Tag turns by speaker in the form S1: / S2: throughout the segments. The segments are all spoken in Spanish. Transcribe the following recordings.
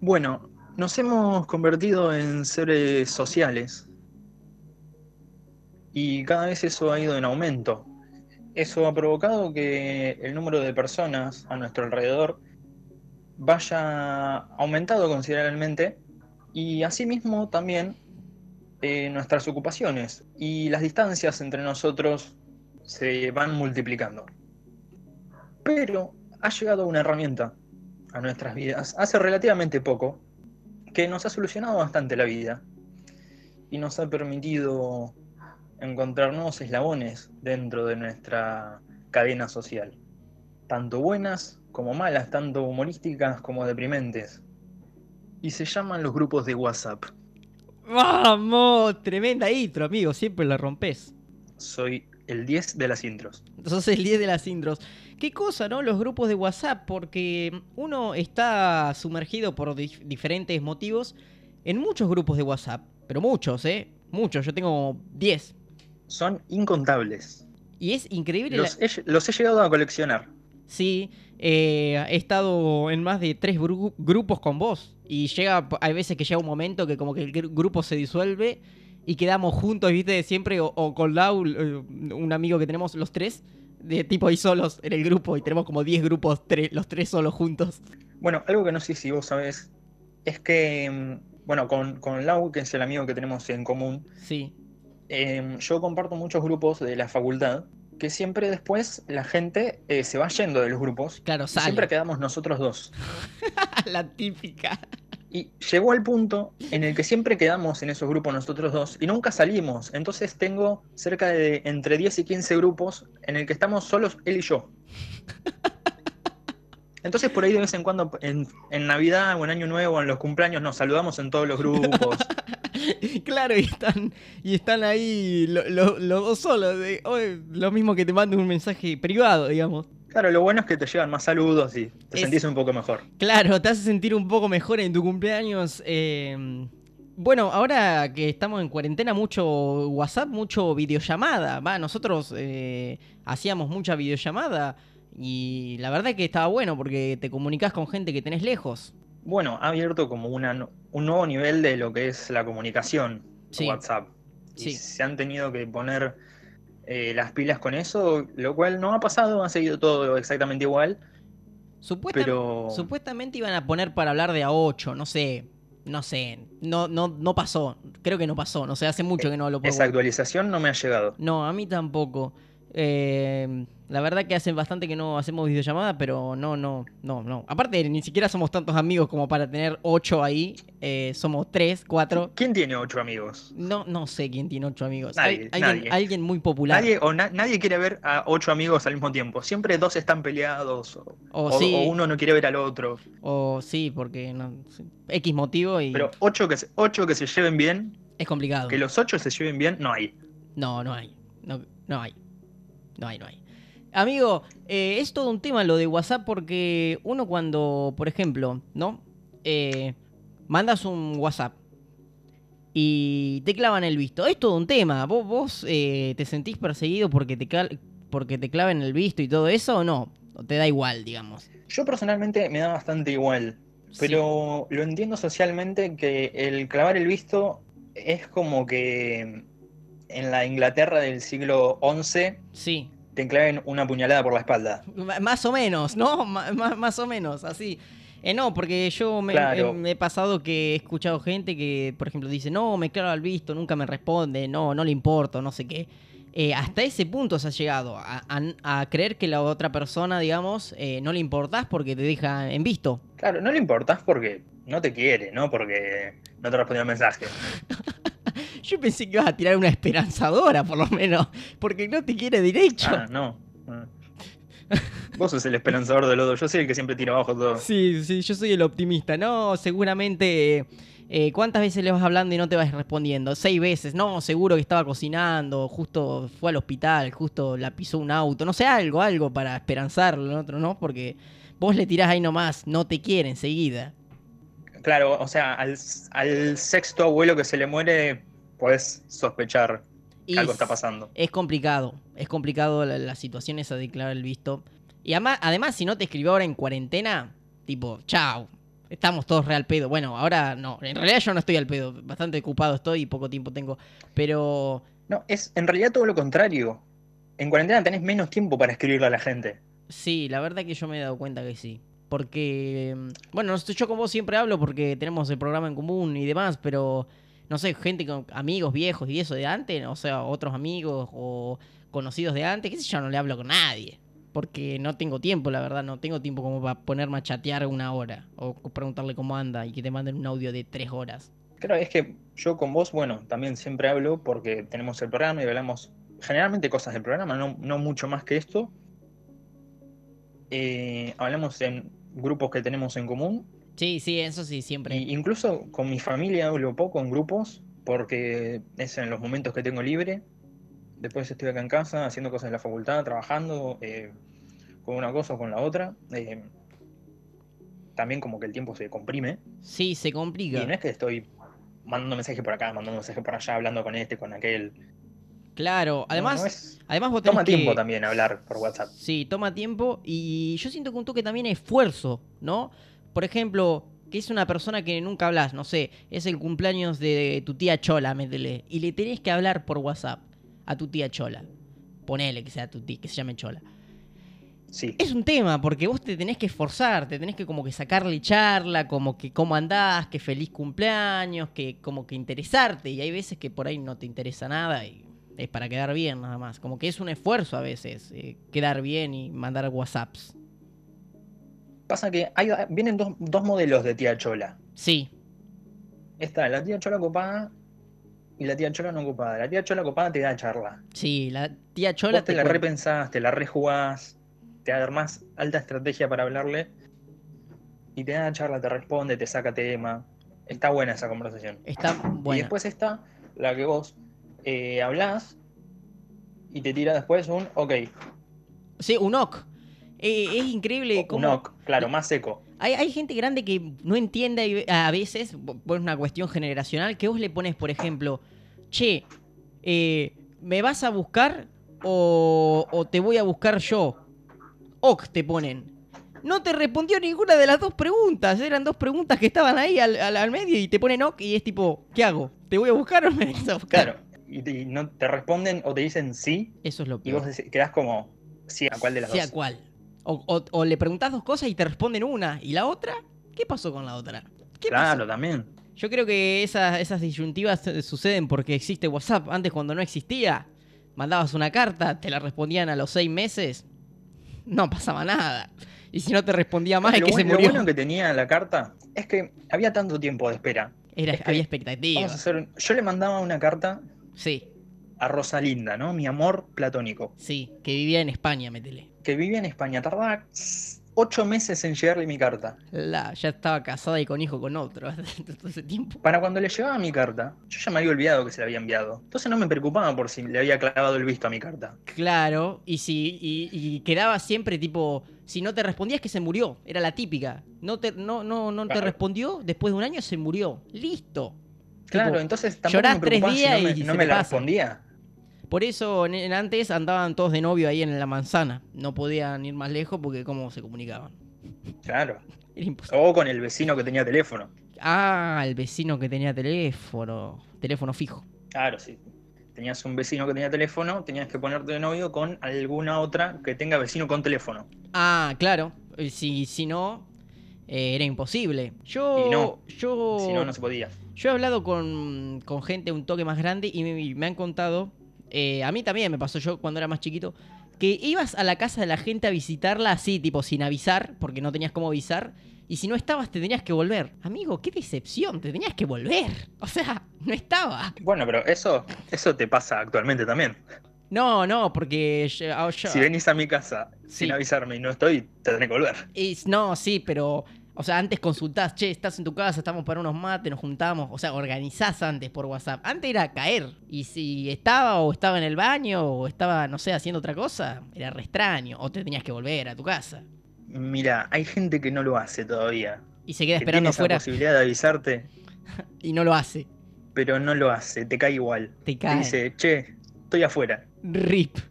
S1: Bueno, nos hemos convertido en seres sociales. Y cada vez eso ha ido en aumento. Eso ha provocado que el número de personas a nuestro alrededor vaya aumentado considerablemente y asimismo también eh, nuestras ocupaciones y las distancias entre nosotros se van multiplicando. Pero ha llegado una herramienta a nuestras vidas hace relativamente poco que nos ha solucionado bastante la vida y nos ha permitido encontrar nuevos eslabones dentro de nuestra cadena social, tanto buenas como malas, tanto humorísticas como deprimentes. Y se llaman los grupos de WhatsApp.
S2: ¡Vamos! Tremenda intro, amigo. Siempre la rompes.
S1: Soy el 10 de las intros.
S2: Entonces el 10 de las intros. Qué cosa, ¿no? Los grupos de WhatsApp, porque uno está sumergido por dif- diferentes motivos en muchos grupos de WhatsApp. Pero muchos, ¿eh? Muchos. Yo tengo 10.
S1: Son incontables.
S2: Y es increíble. la-
S1: Los he, los he llegado a coleccionar.
S2: Sí, eh, he estado en más de tres gru- grupos con vos. Y llega, hay veces que llega un momento que como que el gru- grupo se disuelve y quedamos juntos, viste, siempre, o, o con Lau, eh, un amigo que tenemos los tres, de tipo ahí solos en el grupo, y tenemos como 10 grupos, tre- los tres solos juntos.
S1: Bueno, algo que no sé si vos sabés es que, mm, bueno, con, con Lau, que es el amigo que tenemos en común,
S2: Sí.
S1: eh, yo comparto muchos grupos de la facultad que siempre después la gente eh, se va yendo de los grupos.
S2: Claro,
S1: y Siempre
S2: sale.
S1: quedamos nosotros dos.
S2: La típica.
S1: Y llegó al punto en el que siempre quedamos en esos grupos nosotros dos y nunca salimos. Entonces tengo cerca de entre 10 y 15 grupos en el que estamos solos él y yo. Entonces por ahí de vez en cuando, en, en Navidad o en Año Nuevo, en los cumpleaños, nos saludamos en todos los grupos.
S2: Claro, y están, y están ahí lo- lo- los dos solos. de, "Oye", lo mismo que te mando un mensaje privado, digamos.
S1: Claro, lo bueno es que te llegan más saludos y te
S2: Es-
S1: sentís un poco mejor.
S2: Claro, te hace sentir un poco mejor en tu cumpleaños. eh, bueno, ahora que estamos en cuarentena, mucho WhatsApp, mucho videollamada. Va, nosotros eh, hacíamos mucha videollamada y la verdad que estaba bueno porque te comunicas con gente que tenés lejos.
S1: Bueno, ha abierto como una no- un nuevo nivel de lo que es la comunicación
S2: Sí.
S1: WhatsApp. Y
S2: Sí.
S1: se han tenido que poner eh, las pilas con eso, lo cual no ha pasado, ha seguido todo exactamente igual,
S2: Supuestam-
S1: pero
S2: Supuestamente iban a poner para hablar de A8, no sé. No sé, no, no, no pasó. Creo que no pasó, no sé, hace
S1: Eh,
S2: mucho que no lo puedo.
S1: esa actualización no me ha llegado.
S2: No, a mí tampoco. Eh, la verdad que hace bastante que no hacemos videollamada, pero no, no, no, no. Aparte, ni siquiera somos tantos amigos como para tener ocho ahí. Eh, somos tres, cuatro.
S1: ¿Quién tiene ocho amigos?
S2: No, no sé quién tiene ocho amigos.
S1: Nadie,
S2: Al- alguien,
S1: nadie.
S2: alguien muy popular.
S1: Nadie, o na- nadie quiere ver a ocho amigos al mismo tiempo. Siempre dos están peleados o,
S2: O,
S1: o-
S2: sí,
S1: o uno no quiere ver al otro.
S2: o sí, porque no- X motivo y
S1: Pero ocho que, se- ocho que se lleven bien,
S2: es complicado.
S1: que los ocho se lleven bien, no hay.
S2: No, no hay. No, no hay. No hay, no hay. Amigo, eh, es todo un tema lo de WhatsApp porque uno cuando, por ejemplo, ¿no? Eh, mandas un WhatsApp y te clavan el visto. Es todo un tema. ¿Vos, vos eh, te sentís perseguido porque te, cal- porque te clavan el visto y todo eso o no? ¿O te da igual, digamos?
S1: Yo personalmente me da bastante igual. Pero lo entiendo socialmente que el clavar el visto es como que en la Inglaterra del siglo XI
S2: Sí. sí.
S1: te claven una puñalada por la espalda.
S2: M- Más o menos, ¿no? M- m- más o menos, así. Eh, no, porque yo me,
S1: Claro.
S2: eh, me he pasado que he escuchado gente que, por ejemplo, dice, no, me claro al visto, nunca me responde, no, no le importo, no sé qué. Eh, hasta ese punto se ha llegado a, a- a creer que la otra persona, digamos, eh, no le importás porque te deja en visto.
S1: Claro, no le importas porque no te quiere, ¿no? Porque no te respondió el mensaje.
S2: Yo pensé que ibas a tirar una esperanzadora, por lo menos, porque no te quiere derecho.
S1: Ah, no. Ah. Vos sos el esperanzador del lodo, yo soy el que siempre tira abajo todo.
S2: Sí, sí, yo soy el optimista. No, seguramente. eh, ¿Cuántas veces le vas hablando y no te vas respondiendo? Seis veces. No, seguro que estaba cocinando, justo fue al hospital, justo la pisó un auto. No sé, algo, algo para esperanzarlo, ¿no? Otro, ¿no? Porque vos le tirás ahí nomás, no te quiere enseguida.
S1: Claro, o sea, al, al sexto abuelo que se le muere, podés sospechar
S2: Y
S1: que algo está pasando.
S2: Es complicado, es complicado la, la situación esa de declarar el visto. Y ama- además, si no te escribió ahora en cuarentena, tipo, chao. Estamos todos re al pedo. Bueno, ahora no. En realidad yo no estoy al pedo. Bastante ocupado estoy y poco tiempo tengo. Pero
S1: No, es en realidad todo lo contrario. En cuarentena tenés menos tiempo para escribirle a la gente.
S2: Sí, la verdad que yo me he dado cuenta que sí. Porque, mm, bueno, no sé, yo con vos siempre hablo porque tenemos el programa en común y demás, pero no sé, gente con amigos viejos y eso de antes, o sea, otros amigos o conocidos de antes, qué sé yo, no le hablo con nadie. Porque no tengo tiempo, la verdad, no tengo tiempo como para ponerme a chatear una hora o preguntarle cómo anda y que te manden un audio de tres horas.
S1: Claro, es que yo con vos, bueno, también siempre hablo porque tenemos el programa y hablamos generalmente cosas del programa, no, no mucho más que esto. Eh, hablamos en grupos que tenemos en común
S2: Sí, sí, eso sí, siempre.
S1: Y incluso con mi familia hablo poco en grupos, porque es en los momentos que tengo libre. Después estoy acá en casa haciendo cosas de la facultad, trabajando eh, con una cosa o con la otra. eh, también como que el tiempo se comprime.
S2: Sí, se complica.
S1: Y no es que estoy mandando mensajes por acá, mandando mensajes por allá, hablando con este, con aquel. No,
S2: Claro, además,
S1: no es-
S2: además vos tenés
S1: toma tiempo
S2: que-
S1: también hablar por WhatsApp.
S2: Sí, toma tiempo y yo siento que un toque también es esfuerzo, ¿no? Por ejemplo, que es una persona que nunca hablas, no sé, es el cumpleaños de tu tía Chola, métele, y le tenés que hablar por WhatsApp a tu tía Chola. Ponele que sea tu tía, que se llame Chola.
S1: Sí.
S2: Es un tema, porque vos te tenés que esforzar, te tenés que como que sacarle charla, como que cómo andás, que feliz cumpleaños, que como que interesarte. Y hay veces que por ahí no te interesa nada y es para quedar bien nada más. Como que es un esfuerzo a veces, eh, quedar bien y mandar WhatsApps.
S1: Pasa que hay, vienen dos, dos modelos de tía Chola.
S2: Sí,
S1: Está la tía Chola copada y la tía Chola no copada. La tía Chola copada te da charla.
S2: sí, la tía Chola
S1: Vos te la
S2: cuenta-
S1: repensás, te la rejugás, te armás alta estrategia para hablarle y te da charla, te responde, te saca tema. Está buena esa conversación.
S2: está
S1: Y
S2: buena.
S1: después está la que vos eh, hablás y te tira después un ok,
S2: Sí, un ok. Eh, es increíble
S1: un
S2: cómo,
S1: ok, claro, más seco.
S2: Hay, hay gente grande que no entiende y ve- a veces, po- por una cuestión generacional, que vos le pones, por ejemplo, che, eh, ¿me vas a buscar o, o te voy a buscar yo? Ok, te ponen. No te respondió ninguna de las dos preguntas. Eran dos preguntas que estaban ahí al, al- al medio y te ponen ok y es tipo, ¿qué hago? ¿Te voy a buscar o me vas a buscar?
S1: Claro. Y, te- y no te responden o te dicen sí
S2: Eso es lo
S1: y
S2: peor.
S1: vos decí- quedás como sí a cuál de las
S2: sea
S1: dos.
S2: cual. O, o- o le preguntás dos cosas y te responden una. ¿Y la otra? ¿Qué pasó con la otra? ¿Qué pasó?
S1: Claro, también.
S2: Yo creo que esas, esas disyuntivas eh, suceden porque existe WhatsApp. Antes cuando no existía, mandabas una carta, te la respondían a los seis meses, no pasaba nada. Y si no te respondía más es
S1: lo,
S2: que se
S1: buen- lo
S2: murió.
S1: bueno que tenía la carta es que había tanto tiempo de espera.
S2: Era,
S1: es que- Vamos
S2: había
S1: a
S2: expectativas.
S1: hacer un- Yo le mandaba una carta
S2: Sí,
S1: a Rosalinda, ¿no? Mi amor platónico,
S2: sí, que vivía en España, metele.
S1: que vivía en España. Tardaba ocho meses en llegarle mi carta.
S2: La, ya estaba casada y con hijo con otro todo ese tiempo.
S1: Para cuando le llegaba mi carta, yo ya me había olvidado que se la había enviado. Entonces no me preocupaba por si le había clavado el visto a mi carta.
S2: Claro, y si y, y quedaba siempre tipo, si no te respondías que se murió, era la típica. No te no no no te
S1: Claro.
S2: respondió, después de un año se murió. Listo.
S1: Claro,
S2: Tipo,
S1: entonces tampoco
S2: llorás
S1: me preocupaba
S2: tres
S1: si no
S2: días
S1: me,
S2: y
S1: no
S2: se
S1: me
S2: te
S1: la
S2: pasa.
S1: respondía.
S2: Por eso en- en antes andaban todos de novio ahí en la manzana. No podían ir más lejos porque cómo se comunicaban.
S1: Claro.
S2: Era imposible.
S1: O con el vecino que tenía teléfono.
S2: Ah, el vecino que tenía teléfono. Teléfono fijo.
S1: Claro, sí. Tenías un vecino que tenía teléfono, tenías que ponerte de novio con alguna otra que tenga vecino con teléfono.
S2: Ah, claro. Eh, Si, si no, eh, era imposible. Yo.
S1: Y no.
S2: Yo.
S1: Si no, no se podía.
S2: Yo he hablado con, con gente un toque más grande y me, y me han contado, eh, a mí también me pasó yo cuando era más chiquito, que ibas a la casa de la gente a visitarla así, tipo sin avisar, porque no tenías cómo avisar, y si no estabas te tenías que volver. Amigo, qué decepción, te tenías que volver. O sea, no estaba.
S1: Bueno, pero eso, eso te pasa actualmente también.
S2: No, no, porque yo- ah, yo-
S1: Si venís a mi casa
S2: Sí.
S1: sin avisarme y no estoy, te tenés que volver.
S2: es- no, sí, pero... O sea, antes consultás, che, estás en tu casa, estamos para unos mates, nos juntamos. O sea, organizás antes por WhatsApp. Antes era caer. Y si estaba o estaba en el baño o estaba, no sé, haciendo otra cosa, era re extraño. O te tenías que volver a tu casa.
S1: Mira, hay gente que no lo hace todavía.
S2: Y se queda
S1: Que tiene
S2: esperando
S1: esa
S2: afuera
S1: posibilidad de avisarte,
S2: y no lo hace.
S1: pero no lo hace, te cae igual.
S2: Te
S1: Te
S2: cae.
S1: dice, che, estoy afuera.
S2: Rip.
S1: Vos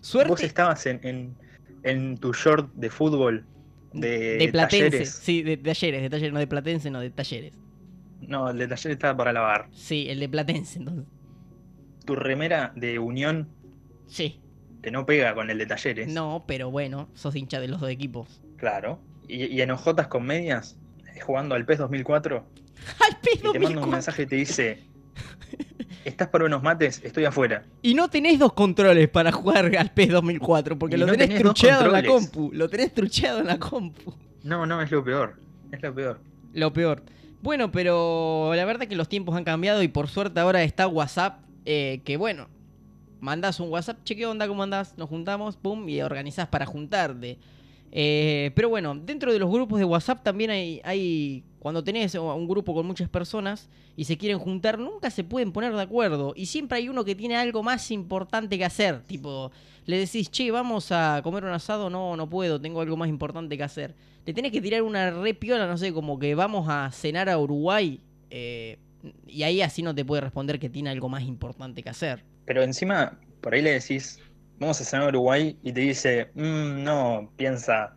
S2: Suerte.
S1: estabas en, en- en tu short de fútbol de,
S2: de Platense.
S1: talleres.
S2: Sí, de, de talleres, de talleres, no de Platense, no de talleres.
S1: No, el de taller está para lavar.
S2: Sí, el de Platense, entonces.
S1: Tu remera de unión
S2: Sí.
S1: que no pega con el de talleres.
S2: No, pero bueno, sos hincha de los dos equipos.
S1: Claro. Y, y en ojotas con medias, eh, jugando al PES 2004,
S2: ¡Al PES
S1: y te manda un
S2: 2004.
S1: mensaje y te dice: ¿Estás para unos mates? Estoy afuera.
S2: Y no tenés dos controles para jugar al PES 2004, porque
S1: Y
S2: lo
S1: no
S2: tenés,
S1: tenés dos
S2: trucheado en la
S1: controles.
S2: compu. Lo tenés trucheado en la compu.
S1: No, no, es lo peor. Es lo peor.
S2: Lo peor. Bueno, pero la verdad que los tiempos han cambiado y por suerte ahora está WhatsApp, eh, que bueno, mandás un WhatsApp, che, ¿qué onda? ¿Cómo andás? Nos juntamos, pum, y organizás para juntarte. Eh, pero bueno, dentro de los grupos de WhatsApp también hay, hay, cuando tenés un grupo con muchas personas y se quieren juntar, nunca se pueden poner de acuerdo. Y siempre hay uno que tiene algo más importante que hacer. Tipo, le decís, che, vamos a comer un asado, no, no puedo, tengo algo más importante que hacer. Le tenés que tirar una re piola, no sé, como que vamos a cenar a Uruguay. eh, y ahí así no te puede responder que tiene algo más importante que hacer.
S1: Pero encima, por ahí le decís: Vamos a cenar a Uruguay y te dice: "Mm, No, piensa.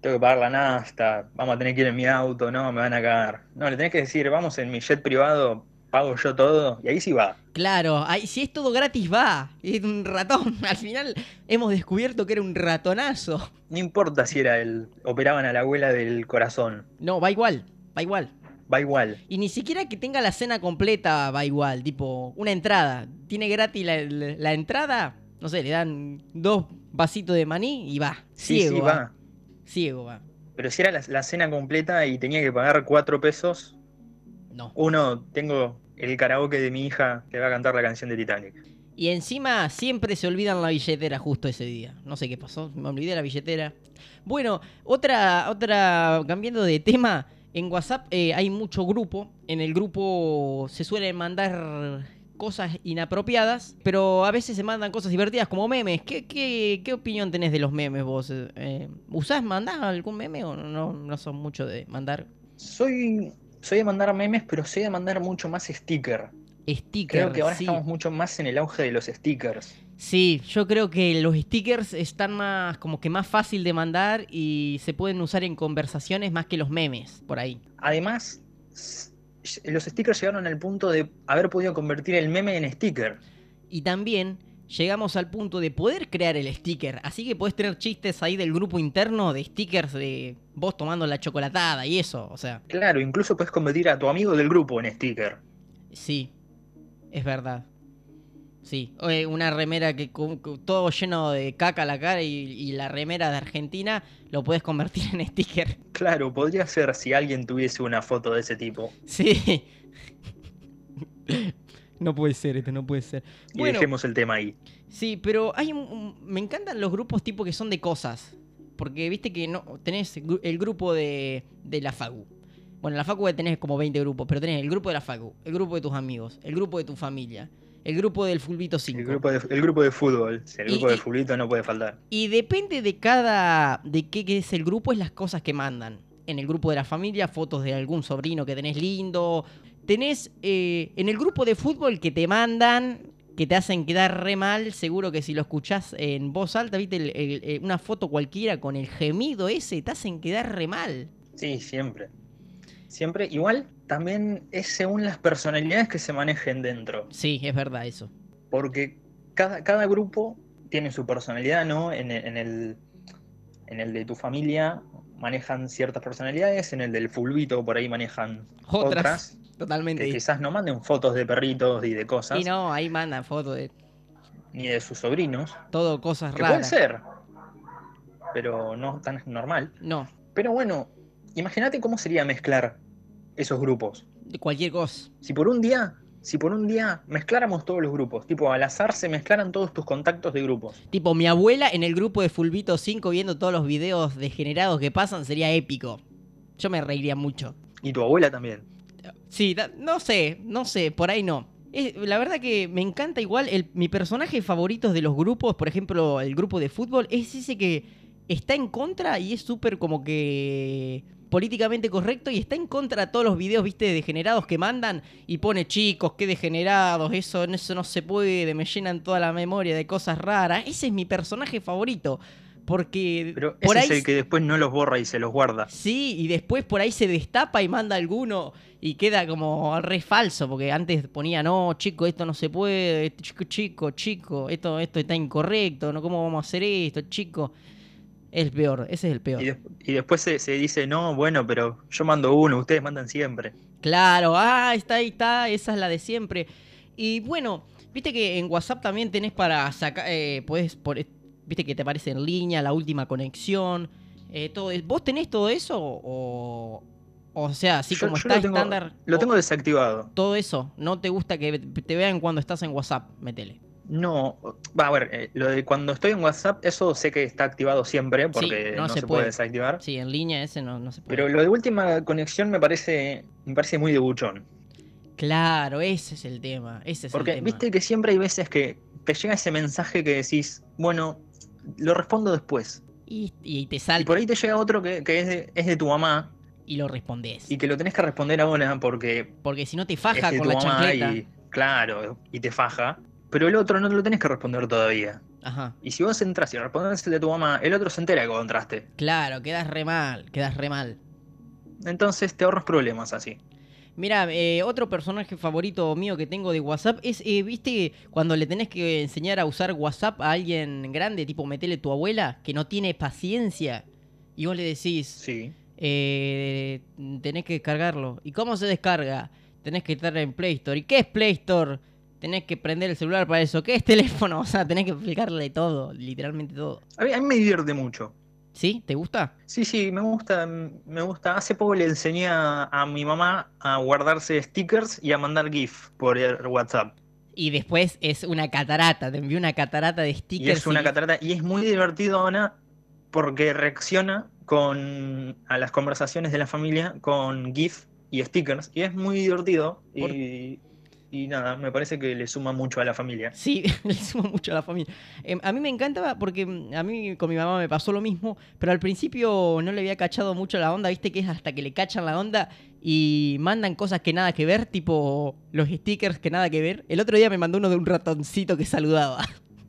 S1: Tengo que pagar la nafta, vamos a tener que ir en mi auto, no, me van a cagar. No, le tenés que decir, vamos en mi jet privado, pago yo todo, y ahí sí va.
S2: Claro, ahí, si es todo gratis va. Es un ratón. Al final hemos descubierto que era un ratonazo.
S1: No importa si era el. operaban a la abuela del corazón.
S2: No, va igual, va igual.
S1: Va igual.
S2: Y ni siquiera que tenga la cena completa va igual, tipo, una entrada. Tiene gratis la, la- la entrada, no sé, le dan dos vasitos de maní y va.
S1: Sí,
S2: Ciego
S1: sí,
S2: va.
S1: va.
S2: Ciego va.
S1: Pero si era la, la cena completa y tenía que pagar cuatro pesos,
S2: No.
S1: uno, tengo el karaoke de mi hija que va a cantar la canción de Titanic.
S2: Y encima siempre se olvidan la billetera justo ese día. No sé qué pasó, me olvidé la billetera. Bueno, otra, otra, cambiando de tema, en WhatsApp eh, hay mucho grupo. En el grupo se suelen mandar cosas inapropiadas, pero a veces se mandan cosas divertidas como memes. ¿Qué, qué, qué opinión tenés de los memes vos? Eh, eh, ¿Usás, mandás algún meme o no, no son mucho de mandar
S1: Soy. Soy de mandar memes, pero soy de mandar mucho más sticker.
S2: stickers?
S1: Creo que ahora
S2: sí.
S1: estamos mucho más en el auge de los stickers.
S2: Sí, yo creo que los stickers están más, como que más fácil de mandar y se pueden usar en conversaciones más que los memes, por ahí.
S1: Además, s- los stickers llegaron al punto de haber podido convertir el meme en sticker.
S2: Y también llegamos al punto de poder crear el sticker, así que podés tener chistes ahí del grupo interno de stickers de vos tomando la chocolatada y eso, o sea,
S1: Claro, incluso puedes convertir a tu amigo del grupo en sticker.
S2: sí, es verdad. Sí, eh, una remera que con- con todo lleno de caca a la cara y, y la remera de Argentina lo puedes convertir en sticker.
S1: Claro, podría ser si alguien tuviese una foto de ese tipo
S2: Sí. No puede ser, esto no puede ser.
S1: y
S2: Bueno,
S1: dejemos el tema ahí.
S2: sí, pero hay un- un- me encantan los grupos tipo que son de cosas. Porque viste que no tenés gru- el grupo de, de la FACU. Bueno, en la FACU tenés como 20 grupos, pero tenés el grupo de la FACU, el grupo de tus amigos, el grupo de tu familia, el grupo del Fulbito 5.
S1: El grupo de, el grupo de fútbol, si el
S2: Y-
S1: grupo
S2: y-
S1: de fulbito no puede faltar.
S2: Y depende de cada. de qué qué es el grupo, es las cosas que mandan. En el grupo de la familia, fotos de algún sobrino que tenés lindo. Tenés. eh, en el grupo de fútbol que te mandan, que te hacen quedar re mal, seguro que si lo escuchás en voz alta, viste, el- el- eh, una foto cualquiera con el gemido ese, te hacen quedar re mal.
S1: Sí, siempre. Siempre. Igual también es según las personalidades que se manejen dentro.
S2: Sí, es verdad eso.
S1: Porque cada, cada grupo tiene su personalidad, ¿no? En, el- en el, en el de tu familia manejan ciertas personalidades, en el del fulbito por ahí manejan
S2: Otras,
S1: otras.
S2: totalmente.
S1: que quizás no manden fotos de perritos y de cosas,
S2: Y no, ahí mandan fotos de
S1: ni de sus sobrinos.
S2: todo, cosas
S1: Que puede
S2: raras.
S1: ser, pero no tan normal.
S2: No,
S1: Pero bueno, imagínate cómo sería mezclar esos grupos.
S2: de cualquier cosa.
S1: Si por un día, si por un día mezcláramos todos los grupos, tipo al azar se mezclaran todos tus contactos de grupos.
S2: Tipo, mi abuela en el grupo de Fulbito 5 viendo todos los videos degenerados que pasan sería épico. Yo me reiría mucho.
S1: Y tu abuela también.
S2: Sí, da- no sé, no sé, por ahí no. Es- la verdad que me encanta igual, el, mi personaje favorito de los grupos, por ejemplo, el grupo de fútbol, es ese que está en contra y es súper como que políticamente correcto y está en contra de todos los videos, viste, degenerados que mandan y pone chicos, qué degenerados, eso, eso no se puede, me llenan toda la memoria de cosas raras. Ese es mi personaje favorito. Porque
S1: Pero ese
S2: por ahí
S1: es el que después no los borra y se los guarda.
S2: Sí, y después por ahí se destapa y manda alguno y queda como re falso, porque antes ponía, no, chico, esto no se puede, este chico, chico, chico, esto, esto está incorrecto, no cómo vamos a hacer esto, chico. Es el peor, ese es el peor.
S1: Y, des- y después se, se dice, no, bueno, pero yo mando uno, ustedes mandan siempre.
S2: Claro, ah, está ahí, está, esa es la de siempre. Y bueno, viste que en WhatsApp también tenés para sacar, eh, podés por, viste que te aparece en línea, la última conexión, eh, todo es- ¿Vos tenés todo eso? O, o sea, así
S1: Yo-
S2: como
S1: yo
S2: está
S1: lo tengo-
S2: estándar.
S1: Lo
S2: o-
S1: tengo desactivado.
S2: Todo eso, no te gusta que te vean cuando estás en WhatsApp, metele.
S1: No, va a ver, eh, lo de cuando estoy en WhatsApp, eso sé que está activado siempre porque
S2: no
S1: no, se,
S2: se
S1: puede
S2: puede.
S1: desactivar.
S2: Sí, en línea ese no, no se puede.
S1: Pero lo de última conexión me parece, me parece muy de buchón.
S2: Claro, ese es el tema, ese es el
S1: Porque
S2: tema.
S1: viste que siempre hay veces que te llega ese mensaje que decís, bueno, lo respondo después.
S2: Y, y te
S1: Y
S2: salta
S1: por ahí te llega otro que, que es, de, es de tu mamá
S2: y lo respondes.
S1: y que lo tenés que responder ahora porque
S2: Porque si no te
S1: es
S2: faja
S1: de
S2: con
S1: tu
S2: la
S1: mamá
S2: chancleta.
S1: y claro, y te faja. Pero el otro no te lo tenés que responder todavía.
S2: Ajá.
S1: Y si vos entras y respondes el de tu mamá, el otro se entera que contraste.
S2: Claro, quedas re mal, quedas re mal.
S1: Entonces te ahorras problemas así.
S2: Mira, eh, otro personaje favorito mío que tengo de WhatsApp es, eh, viste, cuando le tenés que enseñar a usar WhatsApp a alguien grande, tipo metele tu abuela, que no tiene paciencia, y vos le decís,
S1: Sí.
S2: Eh, tenés que descargarlo. ¿Y cómo se descarga? Tenés que estar en Play Store. ¿Y qué es Play Store? Tenés que prender el celular para eso. ¿Qué es teléfono? O sea, tenés que explicarle todo, literalmente todo.
S1: A mí, a mí me divierte mucho.
S2: ¿Sí? ¿Te gusta?
S1: Sí, sí, me gusta, me gusta. Hace poco le enseñé a, a mi mamá a guardarse stickers y a mandar GIF por el WhatsApp.
S2: Y después es una catarata. Te envío una catarata de stickers.
S1: Y es una catarata. Y es muy divertido, Ana, porque reacciona con, a las conversaciones de la familia con GIF y stickers. Y es muy divertido.
S2: Por-
S1: Y, y nada, me parece que le suma mucho a la familia.
S2: Sí, le suma mucho a la familia. Em, a mí me encantaba porque mm, a mí con mi mamá me pasó lo mismo, pero al principio no le había cachado mucho la onda, viste que es hasta que le cachan la onda y mandan cosas que nada que ver, tipo los stickers que nada que ver. El otro día me mandó uno de un ratoncito que saludaba.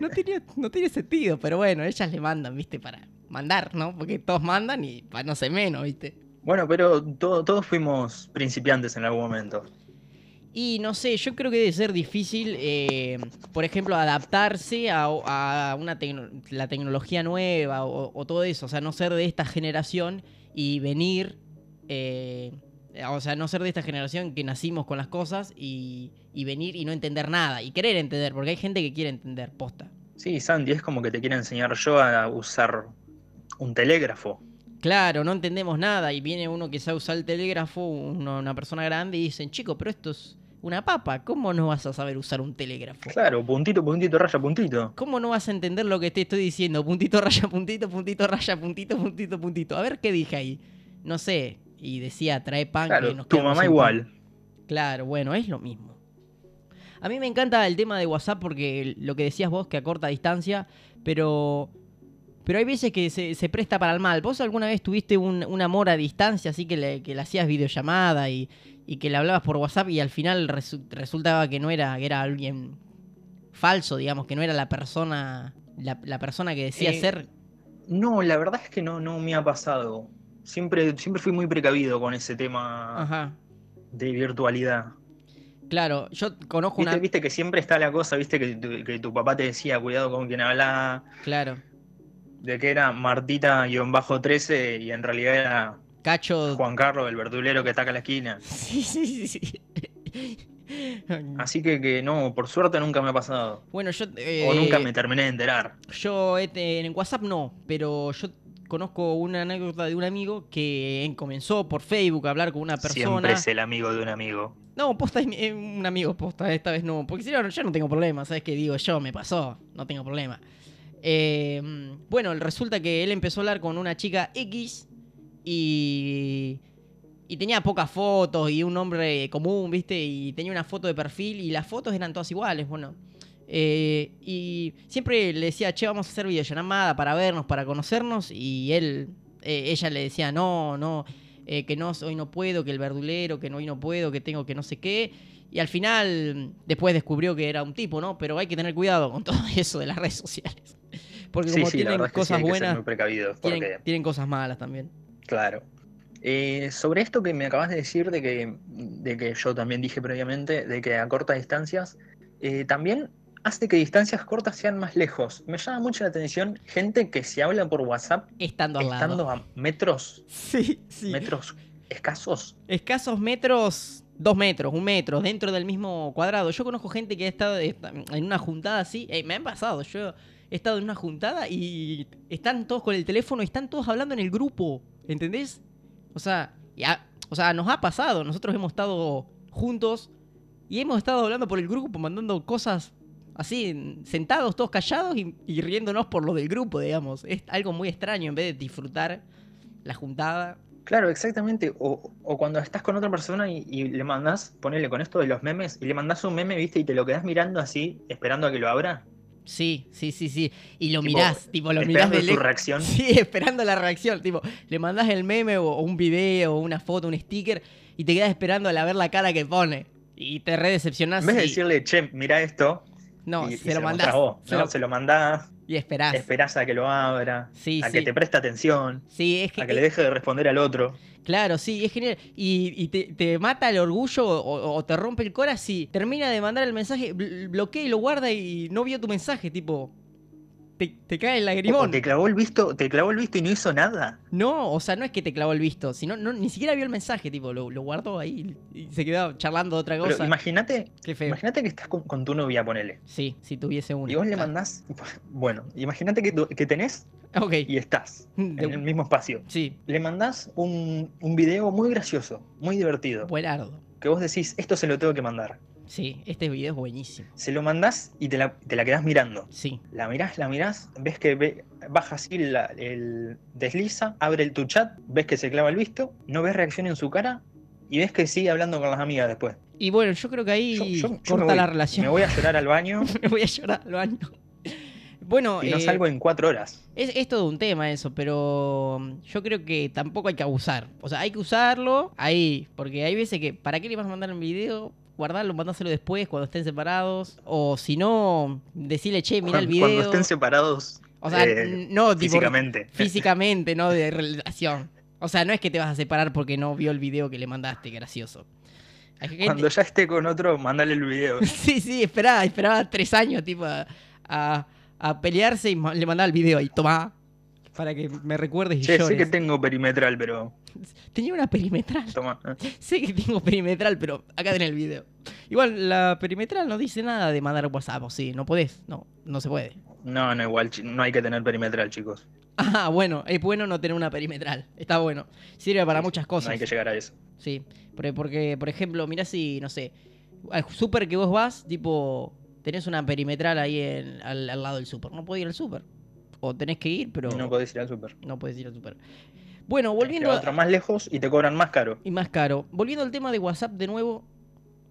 S2: No tenía, no tiene sentido, pero bueno, ellas le mandan, viste, para mandar, ¿no? Porque todos mandan y para no ser menos, viste.
S1: Bueno, pero to- todos fuimos principiantes en algún momento.
S2: Y no sé, yo creo que debe ser difícil, eh, por ejemplo, adaptarse a, a una tecno- la tecnología nueva o, o todo eso. O sea, no ser de esta generación y venir. eh, o sea, no ser de esta generación que nacimos con las cosas y, y venir y no entender nada. Y querer entender, porque hay gente que quiere entender, posta.
S1: Sí, Sandy, es como que te quiero enseñar yo a usar un telégrafo.
S2: Claro, no entendemos nada. Y viene uno que sabe usar el telégrafo, uno- una persona grande, y dicen, chico, pero esto es una papa. ¿Cómo no vas a saber usar un telégrafo?
S1: Claro, puntito, puntito, raya, puntito.
S2: ¿Cómo no vas a entender lo que te estoy diciendo? Puntito, raya, puntito, puntito, raya, puntito, puntito, puntito. A ver qué dije ahí. No sé. Y decía, trae pan. que
S1: Claro,
S2: nos
S1: tu
S2: quedamos
S1: mamá
S2: sin pan.
S1: igual.
S2: Claro, bueno, es lo mismo. A mí me encanta el tema de WhatsApp porque lo que decías vos, que a corta distancia, pero. Pero hay veces que se, se presta para el mal. ¿Vos alguna vez tuviste un, un amor a distancia, así que le, que le hacías videollamada y, y que le hablabas por WhatsApp y al final resu- resultaba que no era, que era alguien falso, digamos, que no era la persona. La, la persona que decía
S1: Eh,
S2: ser.
S1: No, la verdad es que no, no me ha pasado. Siempre, siempre fui muy precavido con ese tema
S2: Ajá.
S1: de virtualidad.
S2: Claro, yo conozco
S1: Viste,
S2: una.
S1: viste que siempre está la cosa, viste que tu, que tu papá te decía, cuidado con quien hablaba,
S2: Claro.
S1: de que era Martita-13 y en realidad era
S2: Cacho.
S1: Juan Carlos, el verdulero que está acá a la esquina.
S2: Sí, sí, sí, sí.
S1: Así que, que no, por suerte nunca me ha pasado.
S2: Bueno, yo.
S1: O nunca
S2: eh,
S1: me terminé de enterar.
S2: Yo este, en WhatsApp no, pero yo conozco una anécdota de un amigo que eh, comenzó por Facebook a hablar con una
S1: Siempre
S2: persona.
S1: es el amigo de un amigo.
S2: No, posta es mi- es un amigo, posta, esta vez no. Porque si no, yo no tengo problema, ¿sabes qué? Digo, yo me pasó, no tengo problema. Eh, bueno, resulta que él empezó a hablar con una chica X y. Y tenía pocas fotos y un nombre común, ¿viste? Y tenía una foto de perfil y las fotos eran todas iguales, bueno. Eh, y siempre le decía, che, vamos a hacer videollamada para vernos, para conocernos. Y él, eh, ella le decía, no, no, eh, que no, hoy no puedo, que el verdulero, que no, hoy no puedo, que tengo que no sé qué. Y al final, después descubrió que era un tipo, ¿no? Pero hay que tener cuidado con todo eso de las redes sociales. Porque
S1: Sí,
S2: como
S1: sí, la
S2: tienen
S1: verdad es que sí,
S2: cosas
S1: hay que ser
S2: buenas,
S1: muy precavidos. Porque...
S2: tienen, tienen cosas malas también.
S1: Claro. Eh, sobre esto que me acabas de decir, de que, de que yo también dije previamente, de que a cortas distancias, eh, también hace que distancias cortas sean más lejos. Me llama mucho la atención gente que se habla por WhatsApp
S2: Estando al lado.
S1: estando a metros,
S2: Sí, sí.
S1: metros escasos.
S2: Escasos metros, dos metros, un metro, dentro del mismo cuadrado. Yo conozco gente que ha estado esta- en una juntada así. eh, me han pasado. Yo he estado en una juntada y están todos con el teléfono y están todos hablando en el grupo. ¿Entendés? O sea, ya, o sea, nos ha pasado. Nosotros hemos estado juntos y hemos estado hablando por el grupo, mandando cosas así, en- sentados, todos callados y, y riéndonos por lo del grupo, digamos. Es algo muy extraño en vez de disfrutar la juntada.
S1: Claro, exactamente. O, o cuando estás con otra persona y, y le mandás, ponele con esto de los memes, y le mandás un meme, viste, y te lo quedás mirando así, esperando a que lo abra,
S2: Sí, sí, sí, sí. Y lo
S1: Tipo,
S2: mirás, tipo, lo mirás
S1: esperando
S2: de
S1: su
S2: lejos.
S1: reacción.
S2: Sí, esperando la reacción. Tipo, le mandás el meme o, o un video o una foto, un sticker y te quedas esperando a la- ver la cara que pone. Y te re decepcionás.
S1: En vez de
S2: y-
S1: decirle, che, mirá esto,
S2: no,
S1: y, y
S2: se, lo
S1: mostrás
S2: mandás.
S1: vos,
S2: se
S1: ¿no?
S2: lo-
S1: Se lo mandás,
S2: Y esperás.
S1: esperás a que lo abra,
S2: Sí,
S1: a
S2: sí.
S1: que te preste atención,
S2: Sí, es que,
S1: a que le deje de responder al otro.
S2: claro, sí, es genial. Y, y te, te mata el orgullo o, o te rompe el cora si termina de mandar el mensaje, bl- bloquea y lo guarda y no vio tu mensaje, tipo, te, te cae el
S1: O- o
S2: lagrimón.
S1: te clavó el visto, te clavó el visto y no hizo nada.
S2: No, o sea, no es que te clavó el visto, sino no, ni siquiera vio el mensaje, tipo, lo, lo guardó ahí y se quedó charlando de otra
S1: Pero
S2: cosa.
S1: imagínate,
S2: Qué feo.
S1: imagínate que estás con, con tu novia, ponele.
S2: Sí, si tuviese uno.
S1: Y vos le
S2: Ah,
S1: mandás, bueno, imagínate que, tu- que tenés
S2: Ok.
S1: y estás
S2: De-
S1: en el mismo espacio.
S2: Sí,
S1: Le mandás un, un video muy gracioso, muy divertido,
S2: buenardo.
S1: que vos decís, esto se lo tengo que mandar.
S2: Sí, este video es buenísimo.
S1: Se lo mandás y te la, te la quedás mirando.
S2: Sí,
S1: La mirás, la mirás, ves que ve- baja así la- el desliza, abre el tu chat, ves que se clava el visto, no ves reacción en su cara y ves que sigue hablando con las amigas después.
S2: y bueno, yo creo que ahí
S1: Yo- yo- yo me
S2: corta
S1: voy.
S2: la relación.
S1: Me voy a llorar al baño
S2: Me voy a llorar al baño. Bueno,
S1: y no
S2: eh,
S1: salgo en cuatro horas.
S2: Es, es todo un tema eso, pero mm, yo creo que tampoco hay que abusar. O sea, hay que usarlo ahí, porque hay veces que, ¿para qué le vas a mandar un video? Guardarlo, mandárselo después, cuando estén separados. O si no, decirle, che, mira el
S1: Cuando- Cuando
S2: video.
S1: estén separados
S2: o sea,
S1: eh,
S2: n- no, tipo,
S1: físicamente.
S2: físicamente, no de relación. O sea, no es que te vas a separar porque no vio el video que le mandaste, gracioso. Hay gente-
S1: Cuando ya esté con otro, mandale el video.
S2: Sí, sí, esperaba, esperaba tres años, tipo, a, a- a pelearse y ma- le mandaba el video ahí, tomá, para que me recuerdes y
S1: Che, sé
S2: llores.
S1: que tengo perimetral, pero
S2: Tenía una perimetral.
S1: toma. ¿eh?
S2: Sé que tengo perimetral, pero acá tenés el video. Igual, la perimetral no dice nada de mandar WhatsApp, o sí, no podés, no, no se puede.
S1: No, no, igual, chi- no hay que tener perimetral, chicos.
S2: Ah, bueno, es bueno no tener una perimetral, está bueno. Sirve para muchas
S1: No
S2: cosas.
S1: hay que llegar a eso.
S2: Sí, porque, porque, por ejemplo, mirá si, no sé, al súper que vos vas, tipo, tenés una perimetral ahí en- al, al lado del súper. No podés ir al súper. O tenés que ir, pero
S1: No
S2: no,
S1: podés ir al súper.
S2: podés ir al súper. Bueno,
S1: Tenés que ir
S2: volviendo
S1: a otro más lejos y te cobran más caro.
S2: Y más caro. Volviendo al tema de WhatsApp de nuevo.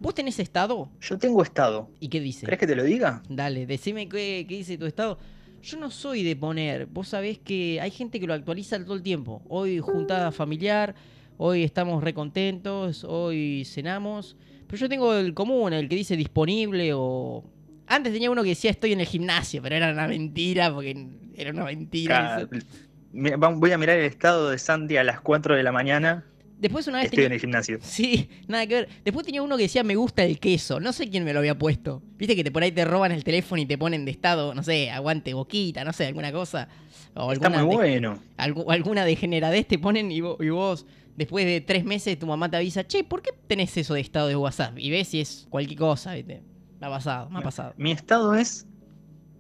S2: ¿Vos tenés estado?
S1: Yo tengo estado.
S2: ¿Y qué dice?
S1: ¿Crees que te lo diga?
S2: Dale, decime qué, qué dice tu estado. Yo no soy de poner. Vos sabés que hay gente que lo actualiza todo el tiempo. Hoy
S1: Mm.
S2: juntada familiar, hoy estamos recontentos, hoy cenamos. Pero yo tengo el común, el que dice disponible o... Antes tenía uno que decía estoy en el gimnasio, pero era una mentira, porque era una mentira.
S1: Ca-
S2: eso.
S1: Me- va- Voy a mirar el estado de Santi a las 4 de la mañana.
S2: Después una vez
S1: Estoy en
S2: tenía...
S1: el gimnasio.
S2: Sí, nada que ver. Después tenía uno que decía me gusta el queso. No sé quién me lo había puesto. Viste que te por ahí te roban el teléfono y te ponen de estado, no sé, aguante boquita, no sé, alguna cosa. O
S1: Está
S2: alguna
S1: muy
S2: de-
S1: bueno.
S2: algu- alguna degeneradez te ponen y vo- y vos, después de tres meses, tu mamá te avisa, che, ¿por qué tenés eso de estado de WhatsApp? Y ves si es cualquier cosa, ¿viste? Me ha pasado, me ha pasado.
S1: Mi estado es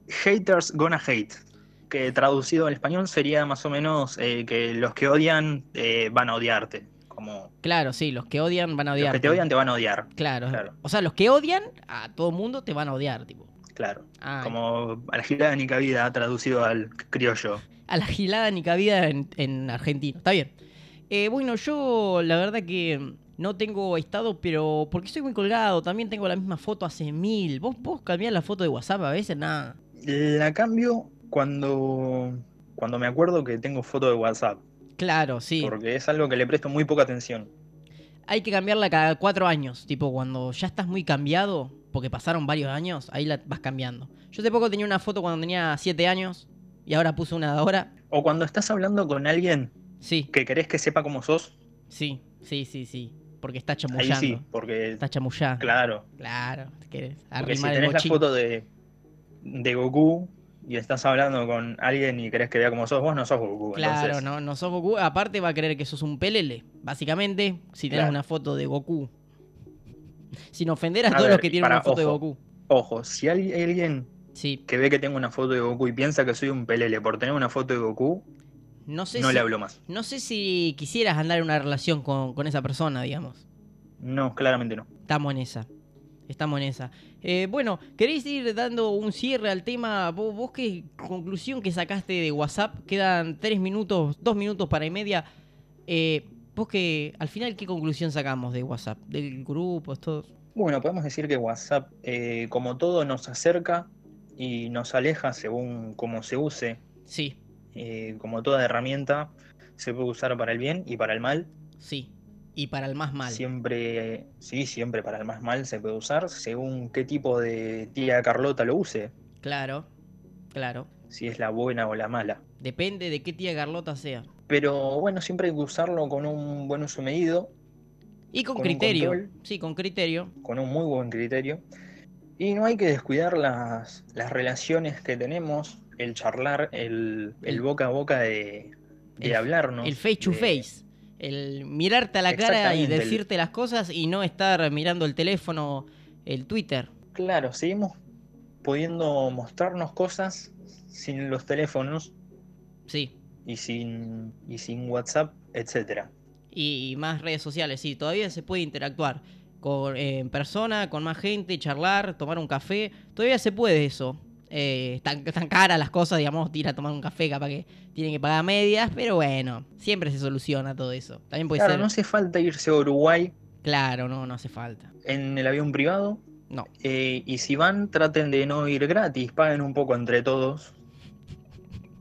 S1: Haters Gonna Hate. Que traducido al español sería más o menos eh, que los que odian eh, van a odiarte. Como
S2: Claro, sí, los que odian van a
S1: los
S2: odiar.
S1: que te odian te van a odiar.
S2: Claro.
S1: Claro.
S2: O sea, los que odian a todo mundo te van a odiar, tipo.
S1: Claro.
S2: Ah,
S1: Como a la gilada ni cabida traducido al criollo.
S2: a la gilada ni cabida en, en argentino. Está bien. Eh, bueno, yo la verdad que no tengo estado, pero porque soy muy colgado, también tengo la misma foto hace mil. ¿Vos, vos cambiás la foto de WhatsApp a veces? Nada.
S1: La cambio cuando, cuando me acuerdo que tengo foto de WhatsApp.
S2: Claro, sí.
S1: Porque es algo que le presto muy poca atención.
S2: Hay que cambiarla cada cuatro años. Tipo, cuando ya estás muy cambiado, porque pasaron varios años, ahí la vas cambiando. Yo hace poco tenía una foto cuando tenía siete años. y ahora puso una de ahora.
S1: O cuando estás hablando con alguien
S2: Sí,
S1: que querés que sepa cómo sos,
S2: sí, sí, sí, sí. Porque está
S1: ahí
S2: chamullando.
S1: sí, porque
S2: Está chamullando.
S1: claro,
S2: Claro, te querés
S1: porque si
S2: arrimar el
S1: tenés la
S2: bochín.
S1: foto de, de Goku y estás hablando con alguien y querés que vea cómo sos, vos no sos Goku.
S2: Claro,
S1: entonces,
S2: no, no sos Goku. Aparte va a creer que sos un pelele, básicamente, si tenés
S1: Claro.
S2: una foto de Goku. Sin ofender a,
S1: A
S2: todos
S1: ver,
S2: los que
S1: y
S2: tienen una
S1: para,
S2: foto de
S1: ojo.
S2: Goku.
S1: Ojo, si hay alguien
S2: Sí,
S1: que ve que tengo una foto de Goku y piensa que soy un pelele por tener una foto de Goku,
S2: no sé,
S1: no
S2: si,
S1: le hablo más.
S2: no sé si quisieras andar en una relación con, con esa persona, digamos.
S1: No, claramente no.
S2: Estamos en esa. Estamos en esa. Eh, bueno, ¿queréis ir dando un cierre al tema? ¿Vos, vos qué conclusión que sacaste de WhatsApp? Quedan tres minutos, dos minutos para y media. Eh, ¿Vos qué, al final, qué conclusión sacamos de WhatsApp? ¿Del grupo? Todo?
S1: Bueno, podemos decir que WhatsApp, eh, como todo, nos acerca y nos aleja según cómo se use.
S2: Sí,
S1: Eh, como toda herramienta, se puede usar para el bien y para el mal.
S2: sí. Y para el más mal.
S1: Siempre, sí, siempre para el más mal se puede usar, según qué tipo de tía Carlota lo use,
S2: Claro, claro.
S1: si es la buena o la mala.
S2: Depende de qué tía Carlota sea.
S1: Pero bueno, siempre hay que usarlo con un buen uso medido,
S2: Y con,
S1: Con un
S2: criterio.
S1: control.
S2: Sí, con criterio.
S1: con un muy buen criterio. Y no hay que descuidar las, las relaciones que tenemos, el charlar, el, el boca a boca de, de
S2: El-
S1: hablarnos. Eh,
S2: El face to
S1: de-
S2: face. El mirarte a la cara y
S1: Exactamente, el-
S2: decirte las cosas y no estar mirando el teléfono, el Twitter.
S1: Claro, seguimos pudiendo mostrarnos cosas sin los teléfonos
S2: Sí.
S1: y sin, y sin WhatsApp, etcétera.
S2: Y, y más redes sociales. Sí, todavía se puede interactuar con, eh, en persona, con más gente, charlar, tomar un café. Todavía se puede eso. Eh, están, están caras las cosas, digamos, ir a tomar un café, capaz que tienen que pagar medias, pero bueno, siempre se soluciona todo eso. También puede
S1: Claro,
S2: ser.
S1: no hace falta irse a Uruguay
S2: Claro, no, no hace falta.
S1: en el avión privado.
S2: No.
S1: eh, y si van, traten de no ir gratis, paguen un poco entre todos,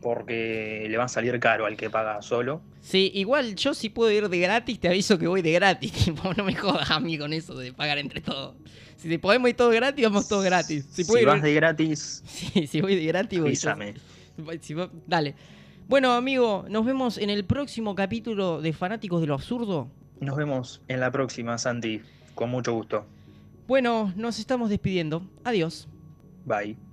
S1: porque le va a salir caro al que paga solo.
S2: Sí, igual yo si puedo ir de gratis, te aviso que voy de gratis. Tipo, no me jodas a mí con eso de pagar entre todos. Si te podemos ir todos gratis, vamos todos gratis. Si,
S1: Si,
S2: puedo ir-
S1: vas de gratis,
S2: Sí, si voy de gratis, voy. yo.
S1: avísame.
S2: Si va- Dale. Bueno, amigo, nos vemos en el próximo capítulo de Fanáticos de lo Absurdo.
S1: Nos vemos en la próxima, Santi. Con mucho gusto.
S2: Bueno, nos estamos despidiendo. Adiós.
S1: Bye.